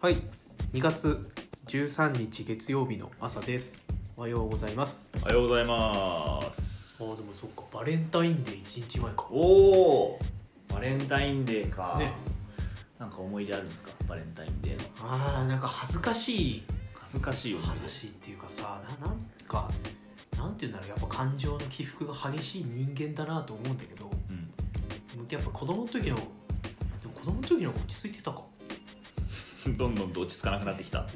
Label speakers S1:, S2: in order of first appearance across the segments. S1: はい、2月13日月曜日の朝です。おはようございます。
S2: おはようございます
S1: ああ、でもそっか、バレンタインデー1日前か。
S2: おおバレンタインデーか、
S1: ね
S2: なんか思い出あるんですかバレンタインデーの
S1: ああ、なんか恥ずかしい
S2: 恥ずかしい思い出
S1: 話っていうかさ、ななんか、なんていうんだろう、やっぱ感情の起伏が激しい人間だなと思うんだけど、
S2: うん
S1: やっぱ子供の時の、でも子供の時の方が落ち着いてたか。
S2: どんどんと落ち着かなくなってきた、
S1: うん。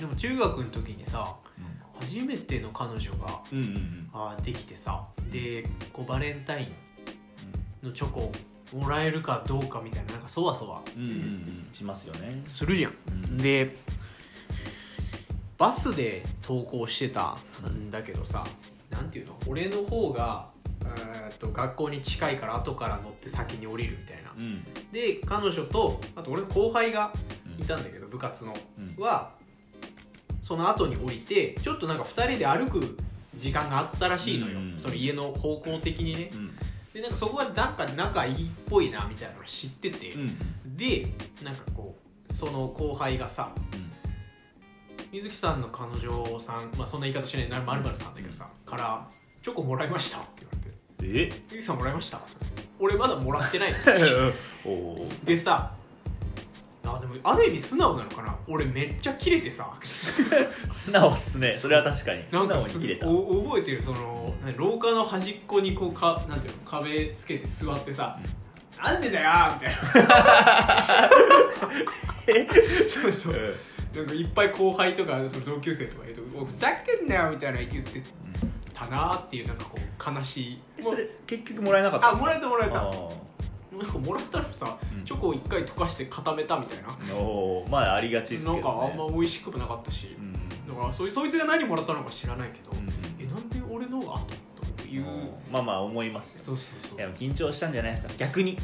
S1: でも中学の時にさ、
S2: う
S1: 初めての彼女が、
S2: ん、うんうんうん
S1: あーできてさでこうバレンタインのチョコをもらえるかどうかみたいななんかそわそわ
S2: うんうんうんしますよね
S1: するじゃん、
S2: うん
S1: でバスで登校してたんだけどさなんていうの俺の方がえーっと学校に近いから後から乗って先に降りるみたいな
S2: うん
S1: で彼女とあと俺の後輩が
S2: うん
S1: いたんだけど部活の
S2: うん
S1: はその後に降りてちょっとなんか2人で歩く時間があったらしいのよ、
S2: うん
S1: その家の方向的にね
S2: うん
S1: でなんかそこはなんか仲いいっぽいなみたいなの知ってて、
S2: うん
S1: でなんかこうその後輩がさ水木さんの彼女さん、まあ、そんな言い方しないまるまるさんだけどさ、から「チョコもらいました」って言われて
S2: うんえ
S1: 「水木さんもらいました」俺まだもらってないの
S2: おお
S1: でさあでもある意味素直なのかな俺めっちゃキレてさ
S2: 素直っすねそれは確かに
S1: な
S2: 素
S1: んか
S2: 直に
S1: す
S2: 切れた
S1: お覚えてるその何廊下の端っこにこうかなんていうの壁つけて座ってさ「なんでだよ!」みたいなそうそう
S2: うん
S1: なんかいっぱい後輩とかその同級生とかいると「おふざけんなよ!」みたいな言ってたなーっていうなんかこう悲し
S2: え
S1: い
S2: それ結局もらえなかった
S1: あもらえたもらえた
S2: あー
S1: なんかもらったらさ、
S2: うん
S1: チョコを一回溶かして固めたみたいな、
S2: おおまあありがちですけど、
S1: なん
S2: ね、
S1: かあんま美味しくもなかったし、
S2: うん
S1: だからそいそいつが何もらったのか知らないけど、
S2: うん
S1: えなんで俺のがあったのという、
S2: まあまあ思いますよ
S1: そうそうそう
S2: いや緊張したんじゃないですか逆に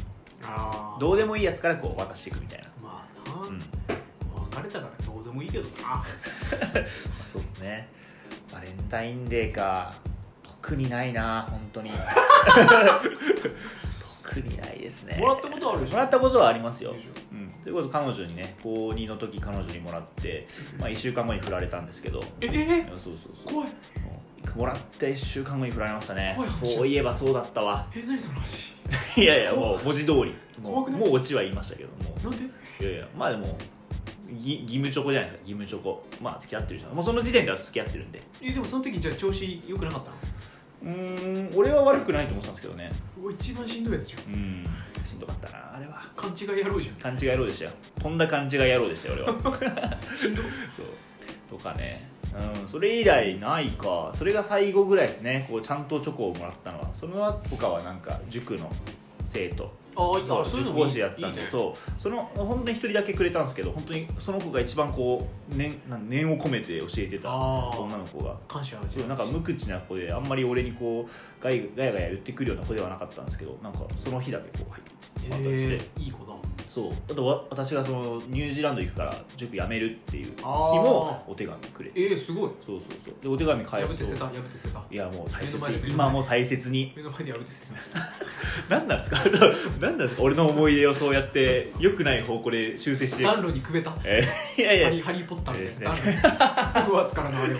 S1: ああ
S2: どうでもいいやつからこう渡していくみたいな
S1: まあな、
S2: うん
S1: 別れたからどうでもいいけど な
S2: そうっすねバレンタインデーか特にないな本当に特にないですね
S1: もらったことあるでしょ
S2: もらったことはありますよ
S1: でしょ
S2: うん、ということで彼女にね高2の時彼女にもらって、まあ、1週間後に振られたんですけど
S1: ええ
S2: いやそうそうそう
S1: 怖い
S2: もらって1週間後に振られましたね
S1: 怖い話
S2: そういえばそうだったわ
S1: え何その話
S2: いやいやもう文字通りもう
S1: 怖くない
S2: もうオチは言いましたけども
S1: なんで
S2: いやいやまあでもぎ義務チョコじゃないですか義務チョコまあ付き合ってるじゃんもうその時点では付き合ってるんで
S1: えでもその時じゃあ調子良くなかったの
S2: うーん俺は悪くないと思ってたんですけどね
S1: うわ一番しんどいやつじゃん
S2: うんしんどかったなあれは
S1: 勘違い野郎じゃん
S2: 勘違い野郎でしたよとんだ勘違い野郎でしたよ 俺は
S1: しんどい
S2: そうとかねうんそれ以来ないかそれが最後ぐらいですねこうちゃんとチョコをもらったのはその後かはなんか塾の生徒
S1: ああいい
S2: そ
S1: あ
S2: う
S1: そういうのも
S2: 講
S1: いい
S2: 師やってたんで
S1: いいね
S2: そうその本当に一人だけくれたんですけど本当にその子が一番こう念なん念を込めて教えてた
S1: あー
S2: 女の子が
S1: 感謝
S2: そうなんか無口な子であんまり俺にこうガヤガヤガヤ言ってくるような子ではなかったんですけどなんかその日だけこう入ってもらったりして、
S1: えーいい子だ
S2: そうあとわ私がそのニュージーランド行くから塾辞めるっていう日
S1: あー
S2: もお手紙くれて
S1: えー、すごい
S2: そうそうそうでお手紙
S1: 破
S2: 返
S1: って捨
S2: す
S1: てた
S2: と
S1: 破って捨てた
S2: いやもう大
S1: 目の
S2: 切
S1: 前で目の
S2: に
S1: 前
S2: 今も大切に
S1: 目の前で破って捨てた
S2: 何なんですか 何なんですか俺の思い出をそうやって良くない方向で修正して
S1: 暖炉にくべたハ
S2: えーいやいや違う
S1: リーハリー・ポッターみたいな
S2: です
S1: 暖炉に不圧からのあれを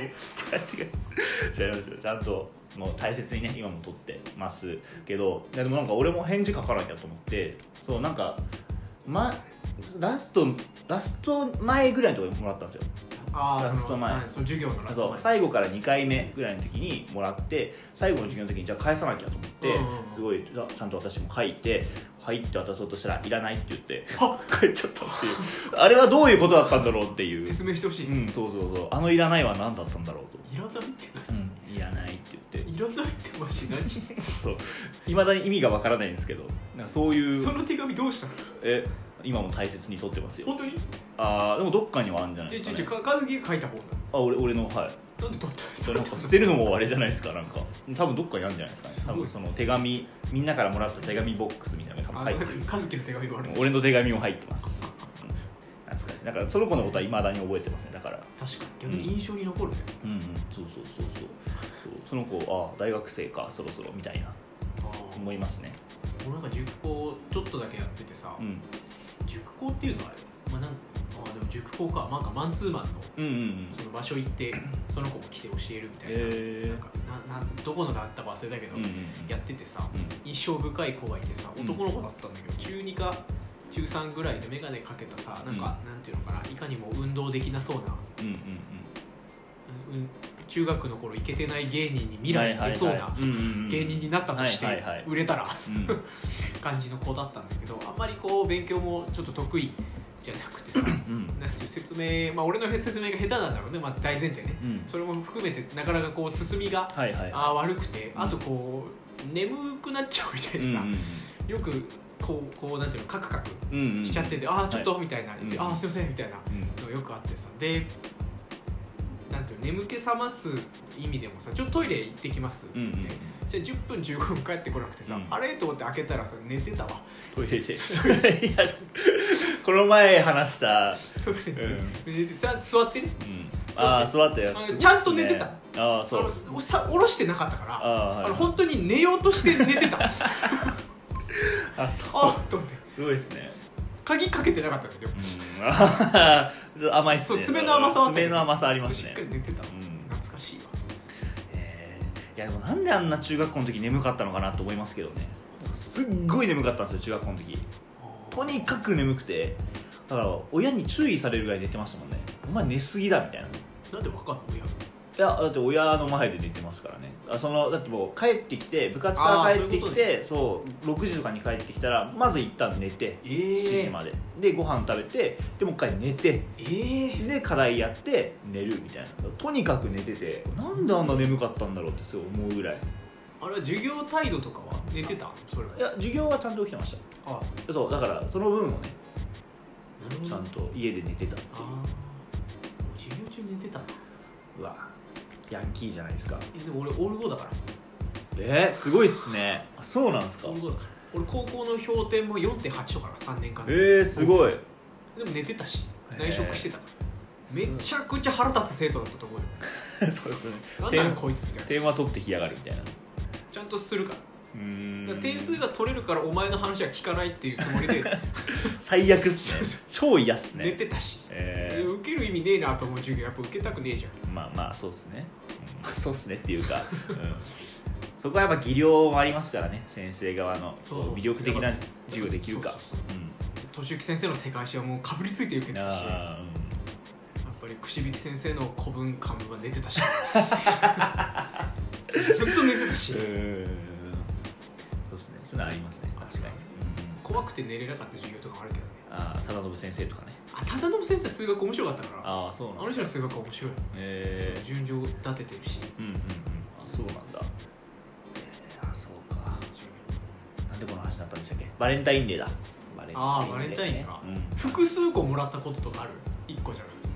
S2: 違う違いますよちゃんともう大切にね今も撮ってますけどいやでもなんか俺も返事書かなきゃと思ってそうなんか、ま、ラストラスト前ぐらいのところでもらったんですよ
S1: ああ
S2: ラスト前
S1: その授業のラスト
S2: そう
S1: 前
S2: 最後から2回目ぐらいの時にもらって最後の授業の時にじゃあ返さなきゃと思って、
S1: うんうんうん
S2: すごいあちゃんと私も書いて入って渡そうとしたらいらないって言って
S1: は
S2: 帰っちゃったっていうあれはどういうことだったんだろうっていう
S1: 説明してほしい、
S2: うんそうそうそうあのいらないは何だったんだろうと、
S1: いらないって
S2: うん、いらないって言って
S1: いらないってマジ何
S2: そういまだに意味がわからないんですけどなんかそういう
S1: その手紙どうしたの
S2: え今も大切に取ってますよ
S1: 本当に
S2: あーでもどっかにはあるんじゃない
S1: ち
S2: で
S1: ょ
S2: す
S1: ち
S2: か、
S1: ょちょ
S2: ね、
S1: か和樹が書いた方だ
S2: あ俺俺のはい
S1: なんで取った
S2: そ
S1: 取っ
S2: れなん
S1: た
S2: か捨てるのもあれじゃないですかなんか多分どっかにあるんじゃないですかね
S1: すご
S2: 多
S1: い
S2: 分その手紙みんなからもらった手紙ボックスみたいなのが多
S1: あ
S2: 分
S1: の
S2: 入っ
S1: 和樹
S2: てる
S1: の手紙があるんで
S2: 俺の手紙も入ってますうん懐かしいだからその子のことはいまだに覚えてますねだから
S1: 確かに逆に印象に残るね、
S2: うんうんそうそうそうそうそうその子ああ大学生かそろそろみたいな
S1: あ
S2: 思いますね
S1: あ俺なんか塾講ちょっとだけやっててさ、
S2: うん
S1: 塾講っていうのはあれまあなんかあでも塾講かなんかマンツーマンの
S2: うんうんうん
S1: その場所行ってその子も来て教えるみたいな,、
S2: え
S1: なんかななどこのだったか忘れたけ
S2: ー
S1: ど、
S2: うんうん
S1: やっててさ
S2: うん
S1: 印象深い子がいてさ
S2: うん
S1: 男の子だったんだけど、中2か中3ぐらいで眼鏡かけたさなんか、なんていうのかないかにも運動できなそうな、
S2: うんうんうん
S1: うんうん中学の頃イケてない芸人に未来に出そうな
S2: はいはいはいうんうんうん
S1: 芸人になったとして
S2: はいはいはい
S1: 売れたら
S2: うん
S1: 感じの子だったんだけどあんまりこう勉強もちょっと得意じゃなくて さなん
S2: うん
S1: ていう説明まあ俺の説明が下手なんだろうね、まあ、大前提ね
S2: うん
S1: それも含めてなかなかこう進みが
S2: はいはい
S1: あー悪くてあとこう眠くなっちゃうみたいでさ、よくこうこうなんていうのカクカクしちゃってて、ああちょっと、みたいな、
S2: うん
S1: でああすいませんみたいなのがよくあってさでなんていうの眠気覚ます意味でもさちょっとトイレ行ってきますって
S2: うんう
S1: 言
S2: ん
S1: って、じゃあ10分15分帰ってこなくてさ、
S2: うん
S1: あれと思って開けたらさ寝てた わ
S2: トイレで
S1: そう
S2: いやこの前話した、
S1: トイレ
S2: うん
S1: で、寝てさ座ってね
S2: うん、
S1: そう
S2: ああ座ったよ
S1: あのちゃんと寝てた
S2: ああ
S1: あ
S2: そう
S1: のさ下ろしてなかったから
S2: ああはい
S1: の本当に寝ようとして寝てた あ
S2: あそう
S1: あと思って
S2: すごいですね
S1: 鍵かけてなかったんだけど
S2: うん あー甘いっすね
S1: そう爪の甘さはあったけど
S2: 爪の甘さあります
S1: しっ
S2: ね
S1: かり寝てたわ、
S2: うん
S1: 懐かしいわ
S2: えーいやでもなんであんな中学校の時眠かったのかなと思いますけどねすっごい眠かったんですよ中学校の時とにかく眠くてだから親に注意されるぐらい寝てましたもんねお前寝すぎだみたいない
S1: なんでわかんの親
S2: やだって親の前で寝てますからねあそのだってもう帰ってきて部活から帰ってきてそう6時とかに帰ってきたらまず一旦寝て
S1: え
S2: 7時
S1: ー、
S2: まで、でご飯食べてでもう一回寝て
S1: えー、
S2: で課題やって寝るみたいなとにかく寝ててなんであんな眠かったんだろうってすごい思うぐらい
S1: あれは授業態度とかは寝てたそれはい
S2: や授業はちゃんと起きてまし
S1: あ
S2: たそうだからその分をね
S1: なるほ
S2: ち
S1: ど
S2: ゃんと家で寝てたってい
S1: あー授業中寝てたな
S2: ううわヤンキーじゃないですか
S1: えでも俺オール5だから
S2: えー、すごいっすねあそうなんですか
S1: オール5だから俺高校の評点も4.8とかな3年間で
S2: えー、すごい
S1: でも寝てたし
S2: へー
S1: 内職してたからめちゃくちゃ腹立つ生徒だったと思うよ
S2: そうですね
S1: なんだよ
S2: 点
S1: こいつみたいな
S2: 点は取ってきやがるみたいな
S1: ちゃんとするから
S2: うーん
S1: だから点数が取れるからお前の話は聞かないっていうつもり で
S2: 最悪っすね 超嫌っすね
S1: 寝てたし、
S2: えー、
S1: 受ける意味ねえなと思う授業やっぱ受けたくねえじゃん
S2: まあまあそうですね、うん そうですねっていうか、うん、そこはやっぱ技量もありますからね先生側の
S1: そう
S2: こう魅力的な授業できるか
S1: そうそう
S2: うん
S1: 俊之先生の世界史はもうかぶりついて受けてたしやっ
S2: あ
S1: ぱり串引き先生の古文漢文は寝て たしずっと寝てたし
S2: ーうんうんそうですねそういうのありますね確かに、うん
S1: 怖くて寝れなかった授業とかもあるけどね
S2: ああ忠信先生とかね
S1: あ忠信先生数学面白かったからあ
S2: ああそうなん
S1: の
S2: だ
S1: 人の数学は面白い、
S2: えー
S1: 順序立ててるし
S2: うんうんうんあそうなんだえーあそうかなんでこの話になったんでしたっけバレンタインデーだバレンタインデーね
S1: あーバレンタインか
S2: うん
S1: 複数個もらったこととかある1個じゃなくて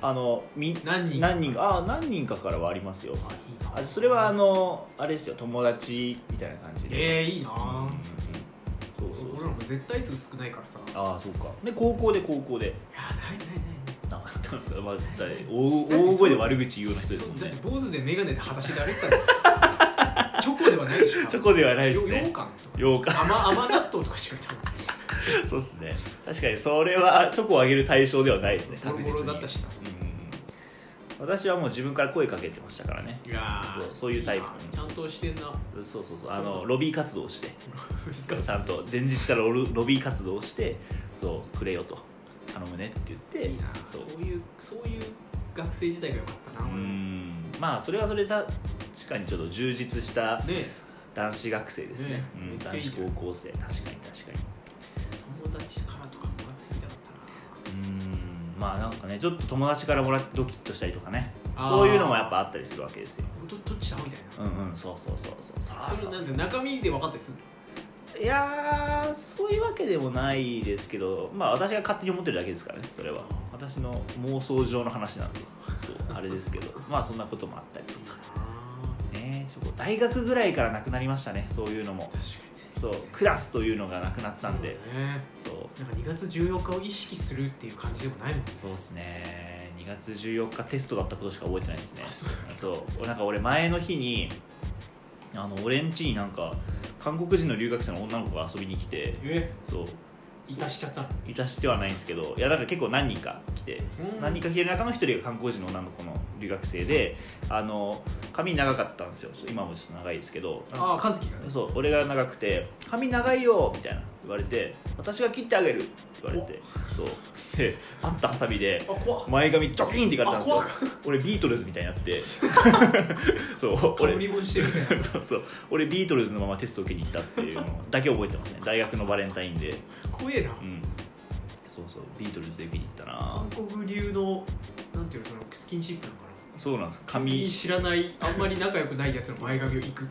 S2: あのみ
S1: 何人か
S2: 何人かあー何人かからはありますよ
S1: あいいな
S2: あそれはあのあれですよ友達みたいな感じ
S1: え
S2: で
S1: ー、いいな
S2: うんうん
S1: あ
S2: うんそうそう
S1: 俺
S2: そう
S1: らも絶対数少ないからさいや
S2: ああそうかで高校で高校で
S1: ないないない
S2: なんかあったんですか、まあ、だ大大声で悪口言うような人です
S1: そ
S2: もん
S1: うだっ
S2: ね
S1: て坊主で眼鏡で裸足で歩いてたの チョコではないでしょ
S2: チョコではないです
S1: よ
S2: ね
S1: 羊羹とか
S2: ようか
S1: 甘甘納豆とかしか言っ
S2: そうですね確かにそれはチョコをあげる対象ではないですね
S1: ボロ
S2: 確実に
S1: ボロだったしさ
S2: うんうんうん私はもう自分から声かけてましたからね
S1: たいや
S2: そうそういうタイプ
S1: ちゃんとしてんな
S2: そうそうそう
S1: う
S2: あのロビー活動をしてそうちゃんと前日からロロビー活動をしてそうくれよと頼むねって言って
S1: いいな
S2: そ
S1: そうういうそういう学生時代が良かったな
S2: う
S1: 俺もね
S2: んまあそれはそれで確かにちょっと充実した男子学生ですね
S1: ね
S2: うん
S1: めっちゃい
S2: 男
S1: いじゃん
S2: 子高校生確かに確か
S1: 友達からとかもらってみたかったな
S2: にうんまあなんかねちょっと友達からもらってドキッとしたりとかね
S1: あー
S2: そういうのもやっぱあったりするわけですよ
S1: どどっちだみたいな
S2: うんうんそうそうそうそうそう
S1: そ
S2: そ
S1: れなん
S2: う
S1: ですよ中身で分かったりする
S2: いやーそういうわけでもないですけどまあ私が勝手に思ってるだけですからねそれは私の妄想上の話なんで そうあれですけどまあそんなこともあったりと
S1: いいな
S2: か
S1: あ
S2: ねちょっと大学ぐらいからなくなりましたねそういうのも
S1: 確かに
S2: そうクラスというのがなくなってたんで
S1: そうだね
S2: そう
S1: なんか2月14日を意識するっていう感じでもないもんね
S2: そうですね2月14日テストだったことしか覚えてないですね
S1: あそうだ
S2: そうなんか俺前の日にあの俺ん家になんか韓国人の留学生の女の子が遊びに来て
S1: え
S2: そう
S1: いたしちゃったの
S2: いたしてはないんですけどいやなんか結構何人か来て、
S1: うん
S2: 何人か来てる中の一人が韓国人の女の子の留学生であの髪長かったんですよ今もちょっと長いですけど
S1: ああ和樹がね
S2: そう俺が長くて「髪長いよ」みたいな言われて「私が切ってあげる」って言われてそうであったハサミで
S1: あ怖っ
S2: 前髪ジョキンっていかれたんですよ
S1: あ
S2: 俺ビートルズみたいになって そう俺
S1: 冠もしてるみたい な
S2: そうそう俺ビートルズのままテスト受けに行ったっていうのだけ覚えてますね大学のバレンタインで
S1: 怖えな
S2: うんそうそうビートルズで受けに行ったな
S1: 韓国流のなんていうのそのスキンシップなのかな
S2: そうなんです髪
S1: 髪知らないあんまり仲良くないやつの前髪をいく
S2: うん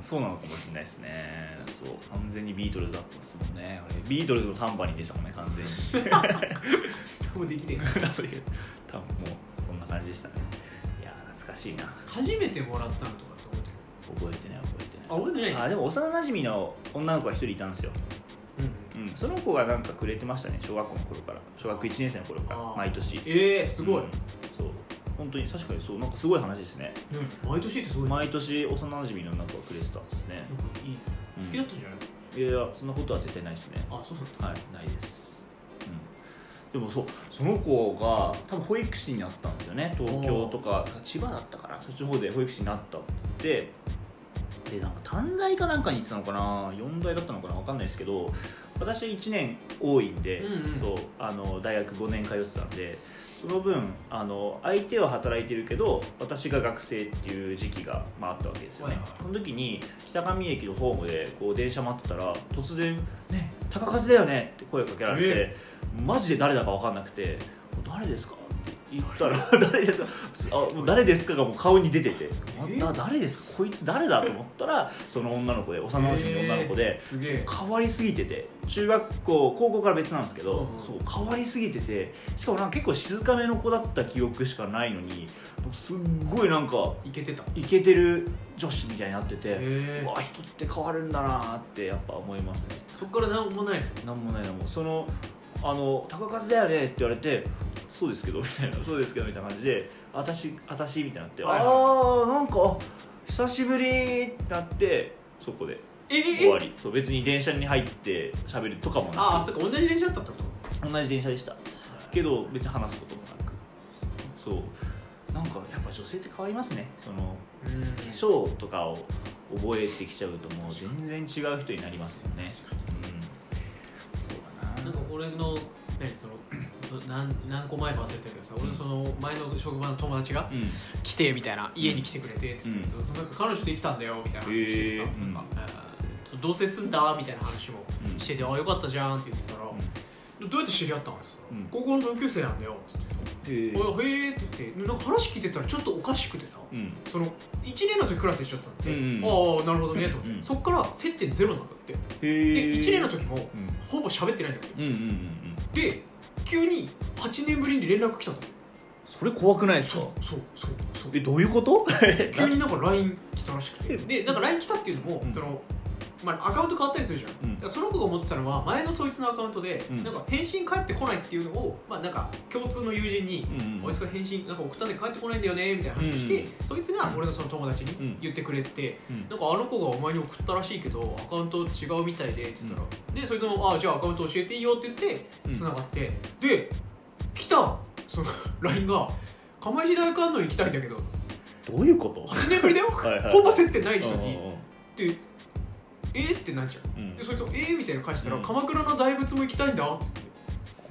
S2: そうなのかもしれないですねそう完全にビートルズだったっすもんねあれビートルズのタンバリンでしたもんね完 全に
S1: 多分できねえな
S2: なので多分もうこんな感じでしたねいやー懐かしいな
S1: 初めてもらったのとかって思ってる
S2: 覚えてない覚えてない
S1: あ覚えてない
S2: あでも幼馴染の女の子が一人いたんですよ、
S1: うん
S2: うん、その子がなんかくれてましたね小学校の頃から小学1年生の頃から
S1: あー
S2: 毎年
S1: ええすごい、
S2: うんそう本当に確かにそうなんかすごい話ですね
S1: ね毎年ってすごいね
S2: 毎年幼馴染の女の子がくれてたんですね
S1: なんかいいね
S2: うん
S1: 好きだったんじゃない
S2: いやいやそんなことは絶対ないですね
S1: あそうだった
S2: はいないです、うん、でもそうその子が多分保育士になったんですよね東京とか千葉だったかなそっちの方で保育士になったって言ってでなんか短大かなんかに行ってたのかな4大だったのかな分かんないですけど私1年多いんで、
S1: うんうん
S2: そうあの大学5年通ってたんでその分あの相手は働いてるけど私が学生っていう時期が、まあ、あったわけですよね、
S1: はいはい
S2: その時に北上駅のホームでこう電車待ってたら突然「ね高風だよね」って声かけられてマジで誰だか分かんなくて「誰ですか?」って言ったら 「誰ですか?す」あもう誰ですかがもう顔に出てて「
S1: え
S2: な誰ですかこいつ誰だ?」と思ったらその女の子で幼なじみの女の子
S1: え
S2: で
S1: ーすげえ
S2: 変わりすぎてて中学校高校から別なんですけど、
S1: うん
S2: そう変わりすぎててしかもなんか結構静かめの子だった記憶しかないのにすっごいなんか
S1: いけてたへ
S2: イケてる女子みたいになってて、
S1: え
S2: うわ人って変わるんだなーってやっぱ思いますね
S1: そっからなんもないの
S2: なんもないのもその「あの高数だよね」って言われて「そうですけど」みたいな「そうですけど」みたいな感じで「私私」みたいになって「
S1: はいはい
S2: ああなんかあ久しぶり」ってなってそこで
S1: ええ
S2: 終わ
S1: え
S2: りそう別に電車に入って喋るとかも
S1: ああ
S2: な
S1: そっか同じ電車だったってこと
S2: く同じ電車でしたけど別に話すこともなくそうなんかやっぱ女性って変わりますねその
S1: うん化
S2: 化粧とかを覚えてきちゃうともう全然違う人になりますもんね
S1: 確かに
S2: うんそうだ
S1: なん
S2: な
S1: か俺の何その 何何個前か忘れたけどさ俺のその前の職場の友達が
S2: うん
S1: 来てみたいな家に来てくれてって言って、
S2: う
S1: そのなんか彼女できたんだよみたいな話をしててさ、
S2: へー
S1: なんかあーそう同棲すんだみたいな話も
S2: うん
S1: してて、あよかったじゃんって言ってたら、どうやって知り合ったんですか、
S2: うん
S1: 高校の同級生なんだよって言ってさ
S2: へえ
S1: 「おいへえ」って言ってなんか話聞いてたらちょっとおかしくてさ、
S2: うん
S1: その1年の時クラス一緒だったんで、
S2: うん
S1: ああなるほどねと思って、
S2: うん
S1: そっから接点ゼロなんだって、
S2: へえ
S1: で1年の時も
S2: うん
S1: ほぼ喋ってないんだって
S2: うんうんうんうん
S1: で急に8年ぶりに連絡来たんだって
S2: それ怖くないです
S1: そう
S2: か
S1: そうそうそう
S2: えどういうこと
S1: 急になんか LINE 来たらしくてでなんか LINE 来たっていうのも、
S2: うん
S1: そのまあ、アカウント変わったりするじゃん、
S2: うん
S1: だからその子が持ってたのは前のそいつのアカウントで、
S2: うん
S1: なんか返信返ってこないっていうのを、まあ、なんか共通の友人に
S2: う、んうん
S1: あいつから返信なんか送ったんで返ってこないんだよねみたいな話して、
S2: うん
S1: そいつが俺のその友達に
S2: うん
S1: 言ってくれて、
S2: うん
S1: なんかあの子がお前に送ったらしいけどアカウント違うみたいでって言ったら、でそいつも「あじゃあアカウント教えていいよ」って言って
S2: うん
S1: つながって、で来たその LINE が「釜石大観音行きたいんだけど
S2: どういうこと
S1: 8年ぶりだよ
S2: はいはい
S1: ほぼ接点ない人
S2: う
S1: に
S2: んうん
S1: 「でえっ?」ってなっちゃう
S2: うん
S1: でそいつも「えーみたいな返したら「
S2: うん
S1: 鎌倉の大仏も行きたいんだ」って言
S2: は
S1: ってで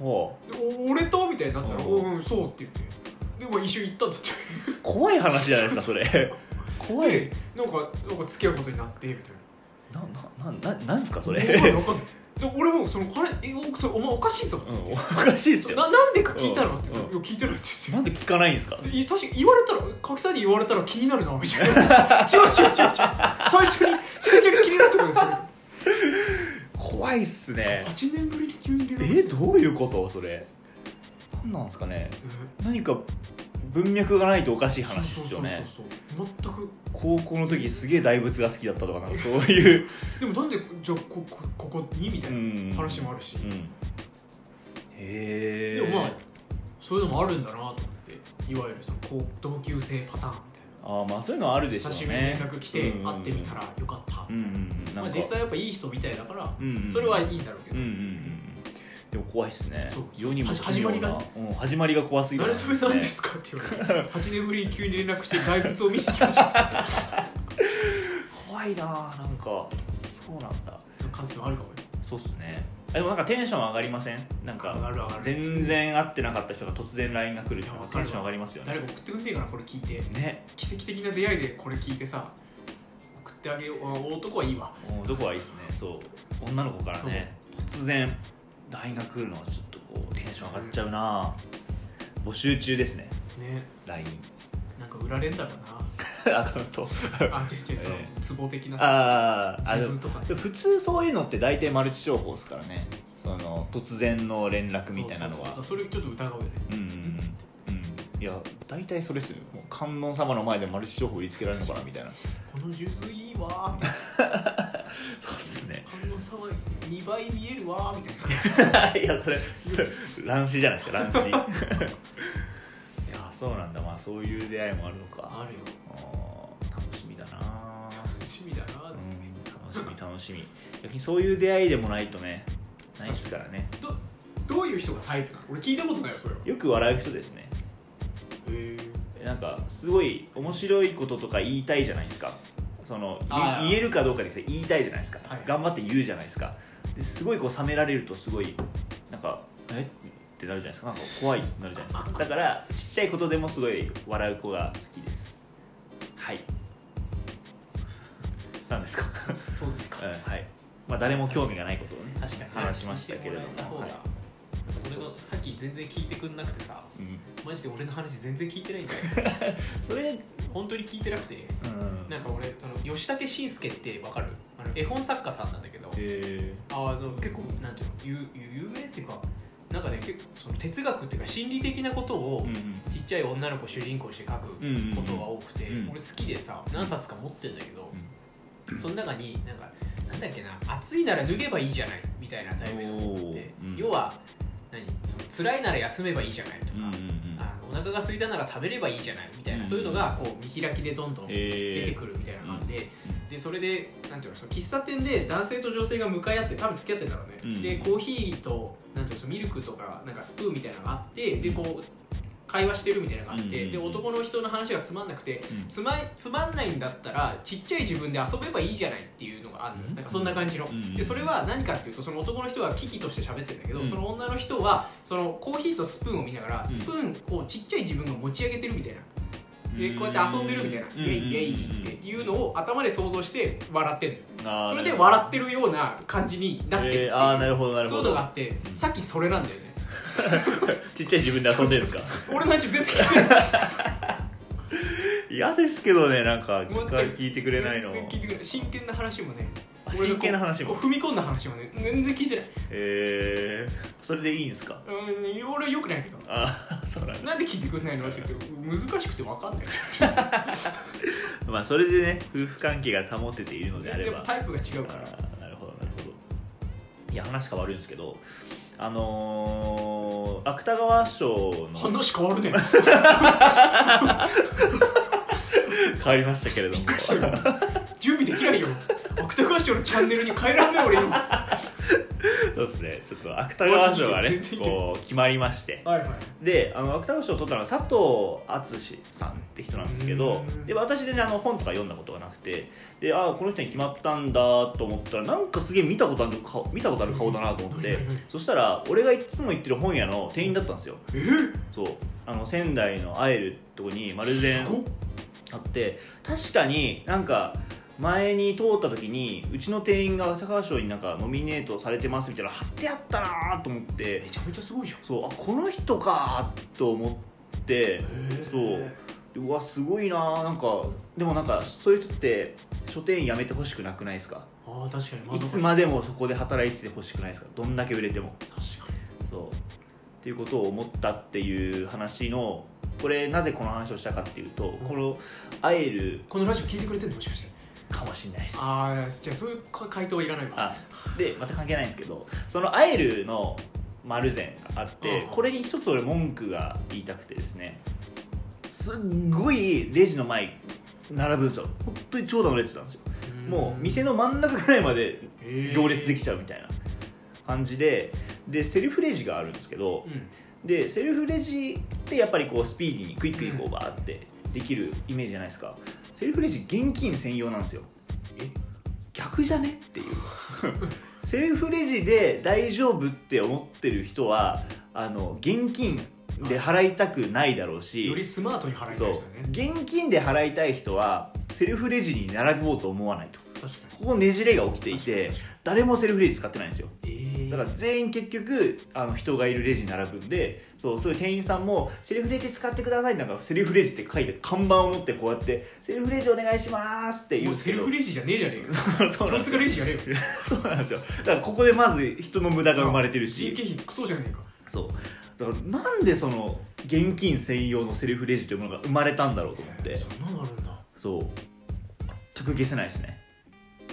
S1: 「お俺と?」みたいになったら「
S2: うん
S1: うんうんそう」って言って。でも一緒に行ったんだって
S2: あ怖い話じゃないですかそれ怖い
S1: でなんかなんか付き合うことになってみたいな
S2: なななななんですかそれ
S1: わかんないわかんないで俺もその彼えおそれお前おかしいぞって
S2: う
S1: 言
S2: ん
S1: って、
S2: おかしいですよ
S1: ななんでか聞いたのって言っ
S2: うん
S1: て、いや聞いてるって言
S2: なんで聞かないんですか
S1: ってでい確かに言われたら柿さんに言われたら気になるな みたいな違う違う違う違う最初に最初に気になったから
S2: 怖いっす
S1: それ
S2: ね
S1: 8年ぶりに急に連絡
S2: え
S1: して
S2: どういうことそれなんなんですかね何か文脈がないとおかしい
S1: え
S2: 話ですよね
S1: そうそうそうそう全く
S2: 高校の時すげえ大仏が好きだったとかなんかそういう
S1: でもなんでじゃあここここにみたいな、
S2: うん
S1: 話もあるし
S2: うんへえ
S1: でもまあそういうのもあるんだなと思っていわゆるそのこう同級生パターンみたいな
S2: あーまあそういうのはあるでしょう
S1: 久し
S2: ね
S1: ぶりに連絡来て
S2: うん
S1: 会ってみたらよかった
S2: うんうんうんなんか
S1: まあ、実際やっぱいい人みたいだから、
S2: うんうん
S1: それはいいんだろうけ
S2: うん
S1: ど、
S2: うんうんでも怖いっすね
S1: そう
S2: 世にも
S1: は始まりが
S2: 奇妙なうん、始まりが怖すぎる
S1: 何それなんですかって言われて8年ぶりに急に連絡して大仏を見に来ました
S2: 怖いななんかそうなんだ
S1: 感じもあるかもよ
S2: そうっすねあでもなんかテンション上がりませんなん
S1: 上が
S2: か
S1: る上がる
S2: 全然会ってなかった人が突然 LINE が来ると
S1: いやわかる
S2: テ
S1: わ
S2: ンション上がりますよね
S1: 誰か送ってくんねえかなこれ聞いて
S2: ね
S1: 奇跡的な出会いでこれ聞いてさ送ってあげようあ男はいいわ
S2: もうどこはいいっすねそう女の子からね突然 LINE が来るのはちょっとこうテンション上がっちゃうな募集中ですね
S1: ね
S2: LINE
S1: なんか売られんだろう
S2: アカウント
S1: なあ違う違うその
S2: え
S1: ツボ的なさ
S2: あーあ
S1: 地図とかね
S2: でも普通そういうのって大体マルチ商法ですからねその突然の連絡みたいなのは
S1: そうそうそうそれちょっと疑うよね
S2: うんうんうんうんいや大体それっすよもう観音様の前でマルチ商法言いつけられるのかなみたい な
S1: この数珠いいわ ー
S2: そうっすね
S1: 観音様2倍見えるわーみたいない
S2: やそれそれ 乱視じゃないです か乱視いやそうなんだまあそういう出会いもあるのか
S1: あるよ
S2: あー楽しみだな
S1: 趣味だなーっ
S2: う
S1: つって、
S2: ん楽しみ楽しみ逆にそういう出会いでもないとねないですからね
S1: どどういう人がタイプなの俺聞いたことないよそれはへ
S2: よく笑う人ですね
S1: え
S2: なんかすごい面白いこととか言いたいじゃないですかそのい
S1: あー
S2: 言えるかどうかで言いたいじゃないですか、
S1: はい
S2: 頑張って言うじゃないですかですごいこう冷められるとすごいなんかえってなるじゃないですかなんか怖いってなるじゃないですかだからちっちゃいことでもすごい笑う子が好きですはいなんですか
S1: そうです
S2: う
S1: か
S2: んはいまあ誰も興味がないことをね
S1: 確かに
S2: 話しましたけれども
S1: 聞いてもらえた方が俺のさっき全然聞いてくんなくてさ
S2: うん、
S1: マジで俺の話全然聞いて ないんだよ
S2: それ、
S1: 本当に聞いてなくて
S2: うん、
S1: なんか俺その吉武慎介ってわかるあの絵本作家さんなんだけど
S2: え
S1: あの結構なんていうの有有有名っていうかなんかね結構その哲学っていうか心理的なことを、
S2: ーうん
S1: ちっちゃい女の子主人公にして書く
S2: うんうんうん
S1: ことが多くて、
S2: うん
S1: 俺好きでさ何冊か持ってんだけど、その中になんかなんだっけな暑いなら脱げばいいじゃないみたいな題名の本があって、
S2: おーうん
S1: 要は何その辛いなら休めばいいじゃないとか、
S2: うんうんうん
S1: あのお腹が空いたなら食べればいいじゃないみたいな、
S2: うん
S1: そういうのがこう見開きでどんどん出
S2: 出
S1: てくるみたいな感じで、でそれでなんていうのその喫茶店で男性と女性が向かい合って多分付き合ってたのね、
S2: うん
S1: でコーヒーとなんていうのそのミルクとかなんかスプーンみたいなのがあってでこう会話してるみたいなのがあって、
S2: うん
S1: で男の人の話がつまんなくてつまつまんないんだったらちっちゃい自分で遊べばいいじゃないっていうのがあるのよ
S2: うん
S1: なんかそんな感じの、
S2: うん
S1: でそれは何かっていうとその男の人は危機として喋ってるんだけど、
S2: うん
S1: その女の人はそのコーヒーとスプーンを見ながら
S2: ん
S1: スプーンをちっちゃい自分が持ち上げてるみたいな、でこうやって遊んでるみたいな「イエイイエイ」っていうのを頭で想像して笑ってんのよそれで笑ってるような感じになってるってい
S2: え
S1: う
S2: ー、ああなるほどなる
S1: そうい
S2: ほ
S1: うの
S2: ど
S1: があって
S2: うん
S1: さっきそれなんだよ ね
S2: ちっちゃい自分で遊んでるんですか
S1: 俺の話全然聞いてない
S2: 嫌ですけどねなんか
S1: 全く
S2: 聞いてくれないの
S1: 全然聞いてくれない真剣な話もね
S2: あ
S1: 俺がこう
S2: 真剣な話も
S1: こう踏み込んだ話もね全然聞いてない
S2: えー、それでいいんですか
S1: うん俺はよくないけど
S2: ああそうなんだ
S1: なんで聞いてくれないのって言って難しくて分かんない
S2: まあそれでね夫婦関係が保てているのであ
S1: 全
S2: れ
S1: 然
S2: ば
S1: タイプが違うから
S2: あーなるほどなるほどいや話変わるんですけどあのー、芥川賞の
S1: 話変わるね
S2: 変わりましたけれど
S1: びっ
S2: も
S1: くりしたよ準備できないよ芥川賞のチャンネルに変えられない俺今は
S2: そうですねちょっと芥川賞がね
S1: 全然いける
S2: こう決まりまして
S1: いはい
S2: であの芥川賞を取ったのは佐藤敦さんって人なんですけど
S1: うん
S2: で私でねあの本とか読んだことがなくてでああこの人に決まったんだと思ったらなんかすげえ見たことある顔見たことある顔だなと思っ
S1: うん
S2: て
S1: うん うん
S2: そしたら俺がいつも行ってる本屋の店員だったんですよ
S1: えー
S2: そうあの仙台の会えるとこに丸善
S1: すごっ
S2: あって確かになんか前に通った時にうちの店員が芥川賞になんかノミネートされてますみたいなの貼ってあったなーと思って
S1: めちゃめちゃすごいじゃん
S2: そうあこの人かーと思って
S1: へー
S2: そうでうわすごいなーなんかでもなんかそういう人って書店員辞めてほしくなくないですか
S1: ああ確かに
S2: いつ
S1: 確か
S2: までもそこで働いててほしくないですかどんだけ売れてもそうっていうことを思ったっていう話のこれなぜこの話をしたかっていうとこの会える
S1: このラジオ聞いてくれてんのもしかして
S2: かもしれないです
S1: ああじゃあそういうか回答はいらないわ
S2: あでまた関係ないんですけどそのアイルの丸善があって
S1: うん
S2: これに一つ俺文句が言いたくてですねすっごいレジの前並ぶんですよ本当に長蛇の列なんですよもう店の真ん中ぐらいまで行列でき
S1: ち
S2: ちゃうみたいな感じででセルフレジがあるんですけどでセルフレジってやっぱりこうスピーディーにクイックに
S1: う
S2: こうんバーってできるイメージじゃないですかセルフレジ現金専用なんですよ逆じゃねっていう セルフレジで大丈夫って思ってる人はあの現金で払いたくないだろう
S1: え
S2: し
S1: よりスマートに払いたい
S2: そう
S1: ですよね
S2: 現金で払いたい人はセルフレジに並ぼうと思わないと
S1: 確か
S2: ここねじれが起きて
S1: に
S2: いて誰もセルフレジ使ってないんですよ
S1: ええ
S2: だから全員結局あの人がいるレジに並ぶんでそうそういう店員さんも「セルフレジ使ってください」なんか「セルフレジ」って書いて看板を持ってこうやって「セルフレジお願いします」って
S1: も
S2: 言うん
S1: う
S2: ですけ
S1: セル
S2: ど
S1: フレジじゃねえじゃねえか
S2: そ
S1: そ
S2: うなん
S1: いつ
S2: です
S1: が
S2: よ
S1: レジやれよ人
S2: そうなんですよだからここでまず人の無駄が生まれてる
S1: 人
S2: し
S1: 件費クソじゃねえか
S2: そうだからなんでその現金専用のセルフレジというものが生まれたんだろうと思って
S1: そんなのあるんだ
S2: そう全く消せないですね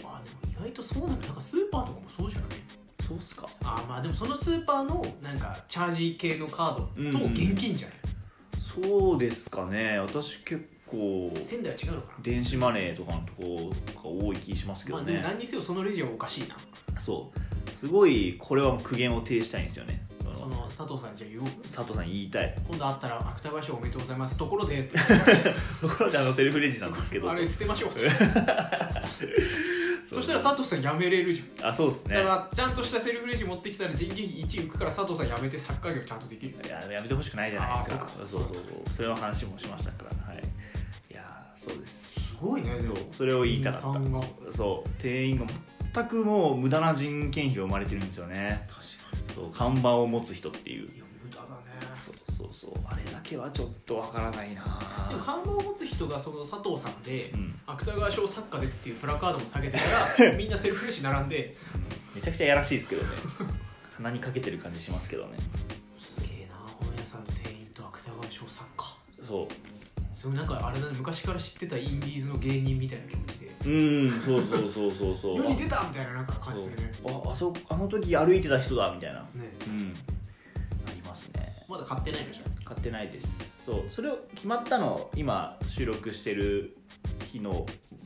S1: あでも意外とそうなんだなんかスーパーとかもそうじゃない
S2: そうっすか
S1: あまあでもそのスーパーのなんかチャージ系のカードと
S2: うん
S1: 現金じゃない、
S2: そうですかね私結構
S1: 仙台は違うのかな
S2: 電子マネーとかのとこが多い気しますけ
S1: ま
S2: ど
S1: あ、でも
S2: ね、
S1: 何にせよそのレジはおかしいな
S2: そうすごいこれはもう苦言を呈したいんですよねその
S1: その佐藤さんにじゃあ言おう
S2: 佐藤さん言いたい
S1: 今度会ったら芥川賞おめでとうござい ますところでって
S2: ところであのセルフレジなんですけど
S1: あれ捨てま しょう って
S2: う
S1: そしたら佐藤さんやめれるじゃん、
S2: あそうです
S1: だ
S2: ね
S1: からちゃんとしたセルフレジ持ってきたら人件費1浮くから佐藤さんやめてサッカー業ちゃんとできる
S2: いややめてほしくないじゃないですか
S1: あーそ
S2: そ
S1: うう
S2: そ
S1: か
S2: うそうそれは話もしましたからはいいやーそうです
S1: すごいねで
S2: そ
S1: も
S2: うそれを言いたかった
S1: 店員さんが
S2: そう店員が全くもう無駄な人件費が生まれてるんですよね
S1: 確
S2: そう看板を持つ人っていう
S1: かにいや無駄だね
S2: そうそうそうあれだけはちょっとわからないな
S1: でも看板を持つ人がその佐藤さんで、
S2: うん
S1: 芥川賞作家ですっていうプラカードも下げてた らみんなセルフレジ並んで
S2: めちゃくちゃやらしいですけどね 鼻にかけてる感じしますけどね
S1: すげえな本屋さんの店員と芥川賞作家
S2: そ
S1: それなんかあれだね昔から知ってたインディーズの芸人みたいな気持ちで
S2: ううんそうそうそうそうそう
S1: 世に出たみたいななんか感じするね
S2: そうああそあの時歩いてた人だみたいな
S1: ね
S2: うんありますね
S1: まだ買ってないのじゃん
S2: 買ってないですそうそれを決まったの今収録してる昨日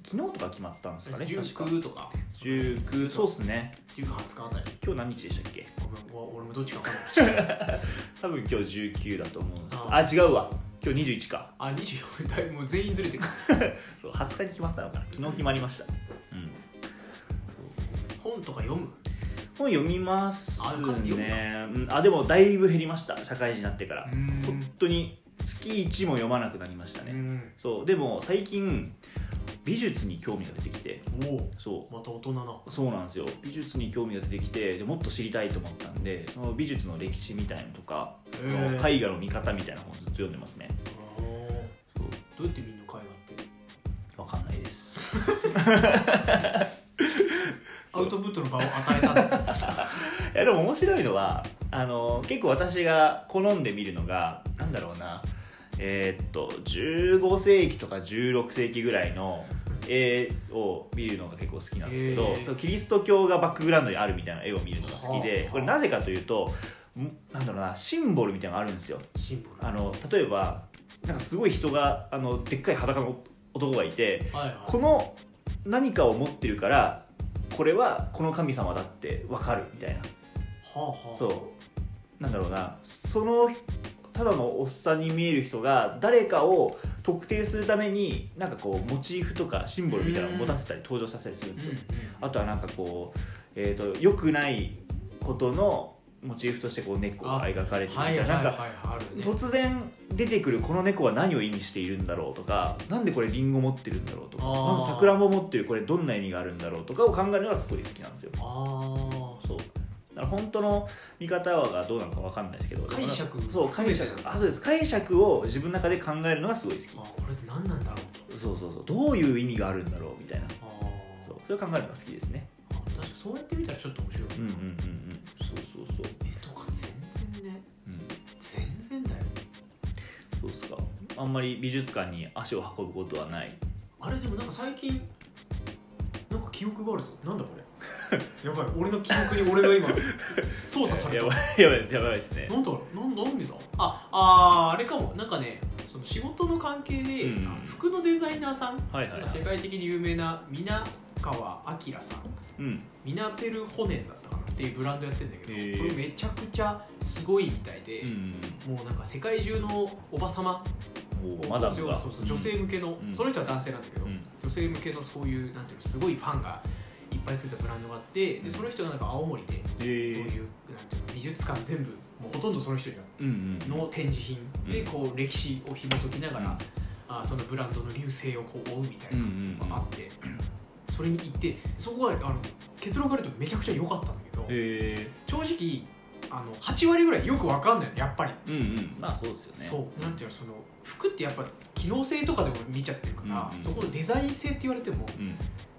S2: 昨日とか決まったんですかね確か
S1: 19とか
S2: 19そうっすね
S1: 19 20日あたり
S2: 今日何日でしたっけ
S1: ごめんわ俺もどっちか分かんなくなっちゃった
S2: 多分今日19だと思うんです
S1: あ
S2: あ違うわ今日21か
S1: あ24だいぶもう全員ずれてる
S2: そう20日に決まったのかな昨日決まりましたうん
S1: 本とか読む
S2: 本読みます
S1: あ数読む
S2: ねうんあでもだいぶ減りました社会人になってから
S1: うーん
S2: 本当に月1も読まなくなりましたね、
S1: ん
S2: そうでも最近美術に興味が出てきて
S1: おお
S2: そ
S1: また大人な
S2: うそうなんですよ美術に興味が出てきてでもっと知りたいと思ったんでその美術の歴史みたいなのとか、
S1: へー
S2: 絵画の見方みたいな本ずっと読んでますね
S1: あー
S2: そう
S1: どうやってみんな会話って
S2: わかんないです
S1: アウトプットの場を与えたんだ
S2: いやでも面白いのはあの結構私が好んで見るのがなんだろうなえーっと15世紀とか16世紀ぐらいの絵を見るのが結構好きなんですけど
S1: へ、ー
S2: キリスト教がバックグラウンドにあるみたいな絵を見るのが好き
S1: はあ
S2: で
S1: はあ
S2: これなぜかというとんなんだろうなシンボルみたいなのがあるんですよ
S1: シンプル
S2: あの例えばなんかすごい人があのでっかい裸の男がいて
S1: はいはい
S2: この何かを持ってるからこれはこの神様だって分かるみたいな
S1: はあはあ
S2: そうなんだろうなそのただのおっさんに見える人が誰かを特定するためになんかこうモチーフとかシンボルみたいなのを持たせたり登場させたりするんですよ、あとはなんかこう、えー、と良くないことのモチーフとしてこう猫が描かれてるみ
S1: は
S2: た
S1: い
S2: い
S1: は
S2: ないな
S1: は
S2: ん
S1: い
S2: か
S1: はいあるね
S2: 突然出てくるこの猫は何を意味しているんだろうとかなんでこれリンゴ持ってるんだろうとか
S1: あー
S2: なんか桜も持ってるこれどんな意味があるんだろうとかを考えるのがすごい好きなんですよ
S1: あ
S2: そうだから本当の見方がどうなのかわかんないですけど
S1: 解釈
S2: でもそう
S1: 含
S2: 解
S1: めて
S2: 釈あそうです解釈を自分の中で考えるのがすごい好き
S1: ーあこれって何なんだろうと
S2: そうそうそうどういう意味があるんだろうみたいな
S1: あ
S2: そう
S1: ー
S2: それを考えるのが好きですね
S1: あ確かにそうやってみたらちょっと面白い
S2: うんうんうんうんそうそうそう
S1: 絵とか全然ね
S2: うん
S1: 全然だよ
S2: そうっすかあんまり美術館に足を運ぶことはない
S1: あれでもなんか最近なんか記憶があるぞなんだこれ やばい俺の記憶に俺が今操作され
S2: や
S1: た
S2: ばいやばいやばいですね
S1: なんだろうなんなんでだああーあれかもなんかねその仕事の関係で、
S2: うん
S1: あの服のデザイナーさん、
S2: はいはいはい
S1: 世界的に有名な皆川明さん
S2: うん
S1: ミナペル・ホネンだったかなっていうブランドやってんだけど、
S2: へー
S1: これめちゃくちゃすごいみたいで、
S2: うん
S1: もうなんか世界中のおば様
S2: うんお
S1: を
S2: ーマダム
S1: 要
S2: が
S1: はそうそう女性向けの、
S2: うん
S1: その人は男性なんだけど、
S2: うん
S1: 女性向けのそういうなんていうのすごいファンがいっぱいついたブランドがあってでその人がなんか青森で、
S2: え
S1: そう
S2: ー
S1: いうなんていうの美術館全部もうほとんどその人に
S2: うんうん
S1: の展示品で
S2: うん
S1: こう歴史を紐解きながら、
S2: うん
S1: あーそのブランドの流星をこう追うみたい
S2: うんうんうん
S1: なのがあって、それに行ってそこはあの結論から言うとめちゃくちゃ良かったんだけど、
S2: え
S1: 正直あの8割ぐらいよくわかんないのやっぱり、
S2: ーうんうんまあそうですよね
S1: そうなんていうのその服ってやっぱ機能性とかでも見ちゃってるから、
S2: うんうん
S1: そこのデザイン性って言われても
S2: うん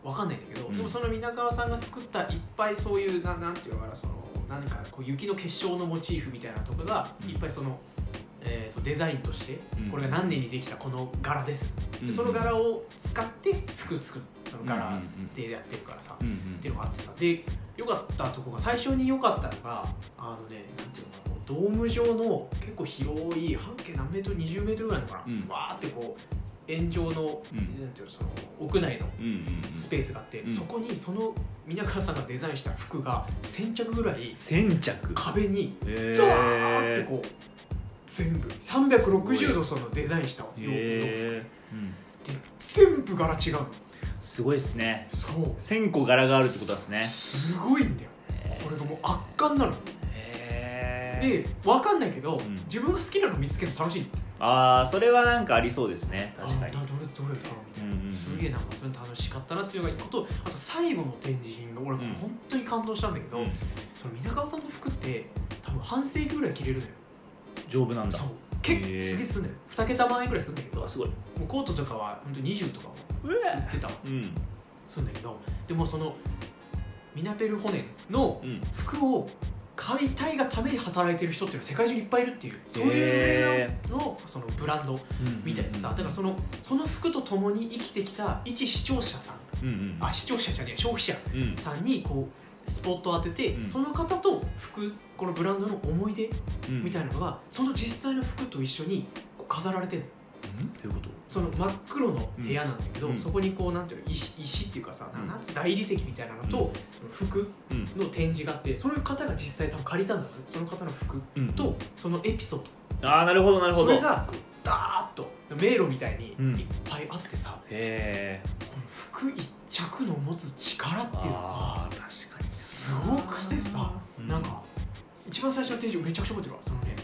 S1: わかんないんだけど、
S2: うん
S1: でもその皆川さんが作ったいっぱいそういうななんていうのかなその何かこう雪の結晶のモチーフみたいなとかが
S2: うん
S1: いっぱいその、えーそうデザインとして、
S2: うん
S1: これが何年にできたこの柄です、
S2: うんう
S1: で
S2: ん
S1: その柄を使って服作るその
S2: うんう
S1: 柄
S2: んうん
S1: でやってるからさ、
S2: うんうん
S1: っていうのがあってさで良かったとこが最初に良かったのがあのねなんていうのかなドーム状の結構広い半径何メートル20メートルぐらいなのかな、
S2: うん
S1: ふわーってこう円状の、
S2: うん
S1: なんていうのその屋内の
S2: うんうんうん
S1: スペースがあって、
S2: うん
S1: そこにその皆川さんがデザインした服が1000着ぐらい
S2: 先着
S1: 壁に
S2: え
S1: ザーってこう全部360度そのデザインした洋服、
S2: えーうん
S1: で全部柄違うの
S2: すごいですね
S1: そう
S2: 1000個柄があるってことですね
S1: すごいんだよこれがもう圧巻なの
S2: へー
S1: で分かんないけど、
S2: ん
S1: 自分が好きなの見つけるの楽しい
S2: ああそれはなんかありそうですね確か
S1: あ
S2: に
S1: どれどれだろうみたいな、
S2: うんうんうん
S1: すげえなんかそれ楽しかったなっていうのが一個とあと最後の展示品が俺
S2: うん
S1: 本当に感動したんだけど、
S2: うん
S1: その皆川さんの服って多分半世紀ぐらい着れるのよ
S2: 丈夫なんだ
S1: そう結構
S2: へえ
S1: すげえすんだよ2桁万円ぐらいするんだけど
S2: うわすごい
S1: もうコートとかは本当に20とかも
S2: うわ
S1: 売ってたわ
S2: うん
S1: するんだけどでもそのミナペルホネンの
S2: うん
S1: 服を買いたいがために働いてる人っていうのは世界中にいっぱいいるっていうそういうのそのブランドみたいなさだからそのその服と共に生きてきた一視聴者さん
S2: うんうん
S1: あ視聴者じゃねえ消費者
S2: うん
S1: さんにこうスポットを当てて、
S2: うん
S1: その方と服このブランドの思い出
S2: うん
S1: みたいなのがその実際の服と一緒にこう飾られてる
S2: うんどういうこと
S1: その真っ黒の部屋なんだけど、
S2: うん
S1: そこにこうなんていうの石石っていうかさ、な
S2: うん
S1: なんつう大理石みたいなのと、服
S2: うん
S1: の展示があってその方が実際多分借りたんだろうねその方の服
S2: うん
S1: とそのエピソード
S2: ああなるほどなるほ
S1: そ
S2: ど
S1: れ
S2: へ
S1: がこうダーッと迷路みたいに
S2: うん
S1: いっぱいあってさ、
S2: え
S1: この服一着の持つ力っていうのが
S2: あー確かに
S1: すごくてさ、
S2: うん
S1: なんか一番最初の展示めちゃくちゃ覚えてるわそのね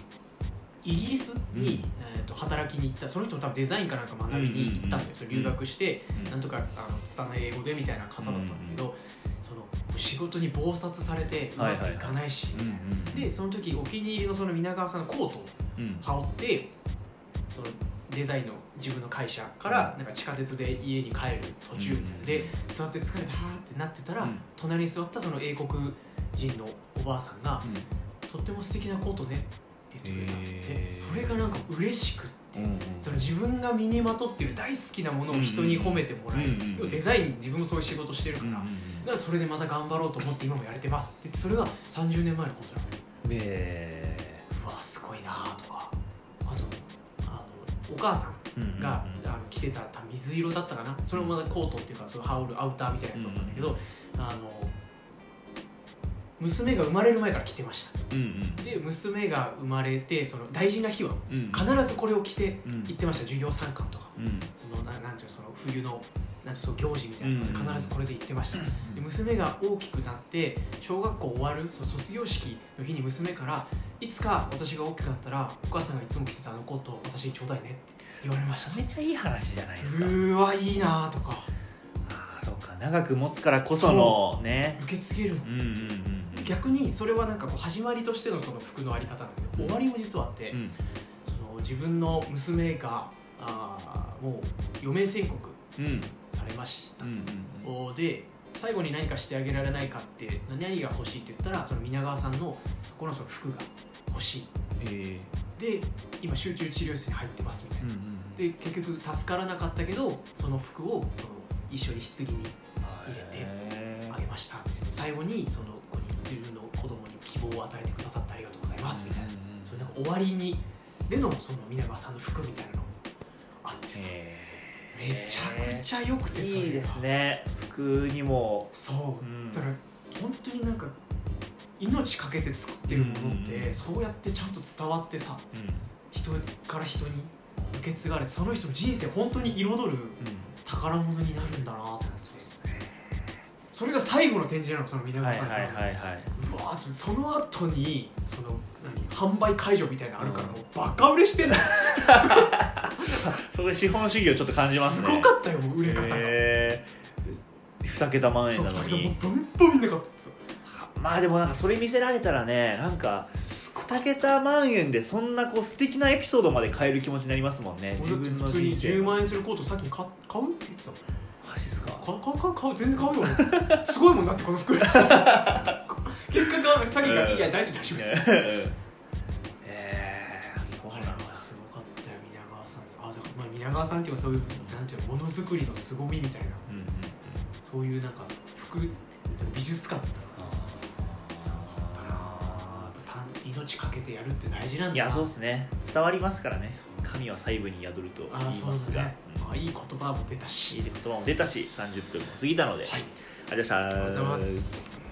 S1: イギリスに、えー、と働きに行ったその人も多分デザインかなんか学びに行ったんだよ、
S2: うん
S1: それ留学して、
S2: うん
S1: なんとかあの拙い英語でみたいな方だったんだけど、その仕事に忙殺されてうまくいかないし、
S2: うんうん
S1: でその時お気に入りのその皆川さんのコートを
S2: うん
S1: 羽織ってそのデザインの自分の会社からなんか地下鉄で家に帰る途中みたいなので座って疲れたはーってなってたら、
S2: うん
S1: 隣に座ったその英国人のおばあさんが「とっても素敵なコートね」って言ってくれたんだって、
S2: へー
S1: それがなんか嬉しくって、
S2: うんうん
S1: その自分が身にまとってる大好きなものを人に褒めてもらえる、
S2: うんうんうん
S1: 要はデザイン自分もそういう仕事してるか
S2: う
S1: ら、だ
S2: ん
S1: からそれでまた頑張ろうと思って今もやれてますって言ってそれが30年前のことなのよ
S2: うんへえ
S1: うわすごいなーとかあとあのお母さんが、あの着てた多分水色だったかなそれもまだコートっていうかその羽織るアウターみたいなやつだったんだけど、あの娘が生まれる前から着てました
S2: うんうん
S1: で娘が生まれてその大事な日は
S2: うん
S1: 必ずこれを着て
S2: うん
S1: 行ってました、授業参観とか
S2: うん
S1: そのななんていうのその冬のなんていうのその行事みたいなので
S2: うん
S1: 必ずこれで行ってました、で娘が大きくなって小学校終わるその卒業式の日に娘から「いつか私が大きくなったらお母さんがいつも着てたあのコートを私にちょうだいね」って言われました
S2: めちゃめちゃいい話じゃないです
S1: う
S2: か
S1: ーわいいなーとか
S2: ああそうか長く持つからこそのね
S1: 受け継げるの
S2: うんうんうんうん
S1: 逆にそれはなんかこう始まりとしてのその服のあり方なんだけど終わりも実はあって、
S2: うん
S1: その自分の娘があーもう余命宣告
S2: うん
S1: されました
S2: うんうん
S1: おで最後に何かしてあげられないかって何々が欲しいって言ったらその皆川さんのところのその服が欲しい
S2: え
S1: で今集中治療室に入ってますみたい
S2: えう
S1: な、
S2: んうん
S1: で結局助からなかったけどその服をその一緒に棺に入れて
S2: へ
S1: あげました最後にその子に自分の子供に希望を与えてくださってありがとうござい
S2: え
S1: ますみたいな、
S2: うんうんうん
S1: そういうなんか終わりにでのその皆川さんの服みたいなのもあってさ、
S2: へえ
S1: めちゃくちゃ良くてそれが
S2: いいですね服にも
S1: そう
S2: うん
S1: だから本当になんか命かけて作ってるものっ
S2: うんうんう
S1: て
S2: ん
S1: そうやってちゃんと伝わってさ
S2: うん
S1: 人から人に受け継がれてその人の人生本当に彩る宝物になるんだなと思ってそれが最後の展示なのその皆
S2: は
S1: 川
S2: い
S1: さん
S2: はいはいはいう
S1: わーその後にその何販売会場みたいなのあるから、もうバカ売れしてんの
S2: それ資本主義をちょっと感じますね
S1: ごかったよもう売れ方が、
S2: へー二桁万
S1: そ
S2: 円
S1: う
S2: な
S1: だ
S2: の
S1: けどもう
S2: に
S1: ブンブンみんな買ってた
S2: まあでもなんかそれ見せられたらねなんか
S1: すごい
S2: 2桁万円でそんなこう素敵なエピソードまで買える気持ちになりますもんね
S1: 俺だって
S2: 自分の
S1: 普通に
S2: 人生
S1: 10万円するコート先に買買うって言ってたもん
S2: マジっすか
S1: 買う買う買う買う全然買うよ俺すごいもんだってこの服結果が詐欺が「いや大丈夫大 丈夫」です
S2: ええー、そうな
S1: あ
S2: ん
S1: れ
S2: だ
S1: はすごかったよ皆川さんあだからまあ皆川さんっていうかそういうなんていうのものづくりの凄みみたいな
S2: うんうんうん
S1: そういうなんか服美術館すごかったなやっぱた命かけてやるって大事なんだない
S2: やそうですね伝わりますからね神は細部に宿ると言い
S1: あそう
S2: ま
S1: ですす
S2: が
S1: ね、まあ、いい言葉も出た
S2: うんい
S1: し
S2: い言葉も出たし30分も過ぎたので、
S1: はい
S2: ありがとうござい
S1: ありがとうござい
S2: ま
S1: ま
S2: した
S1: す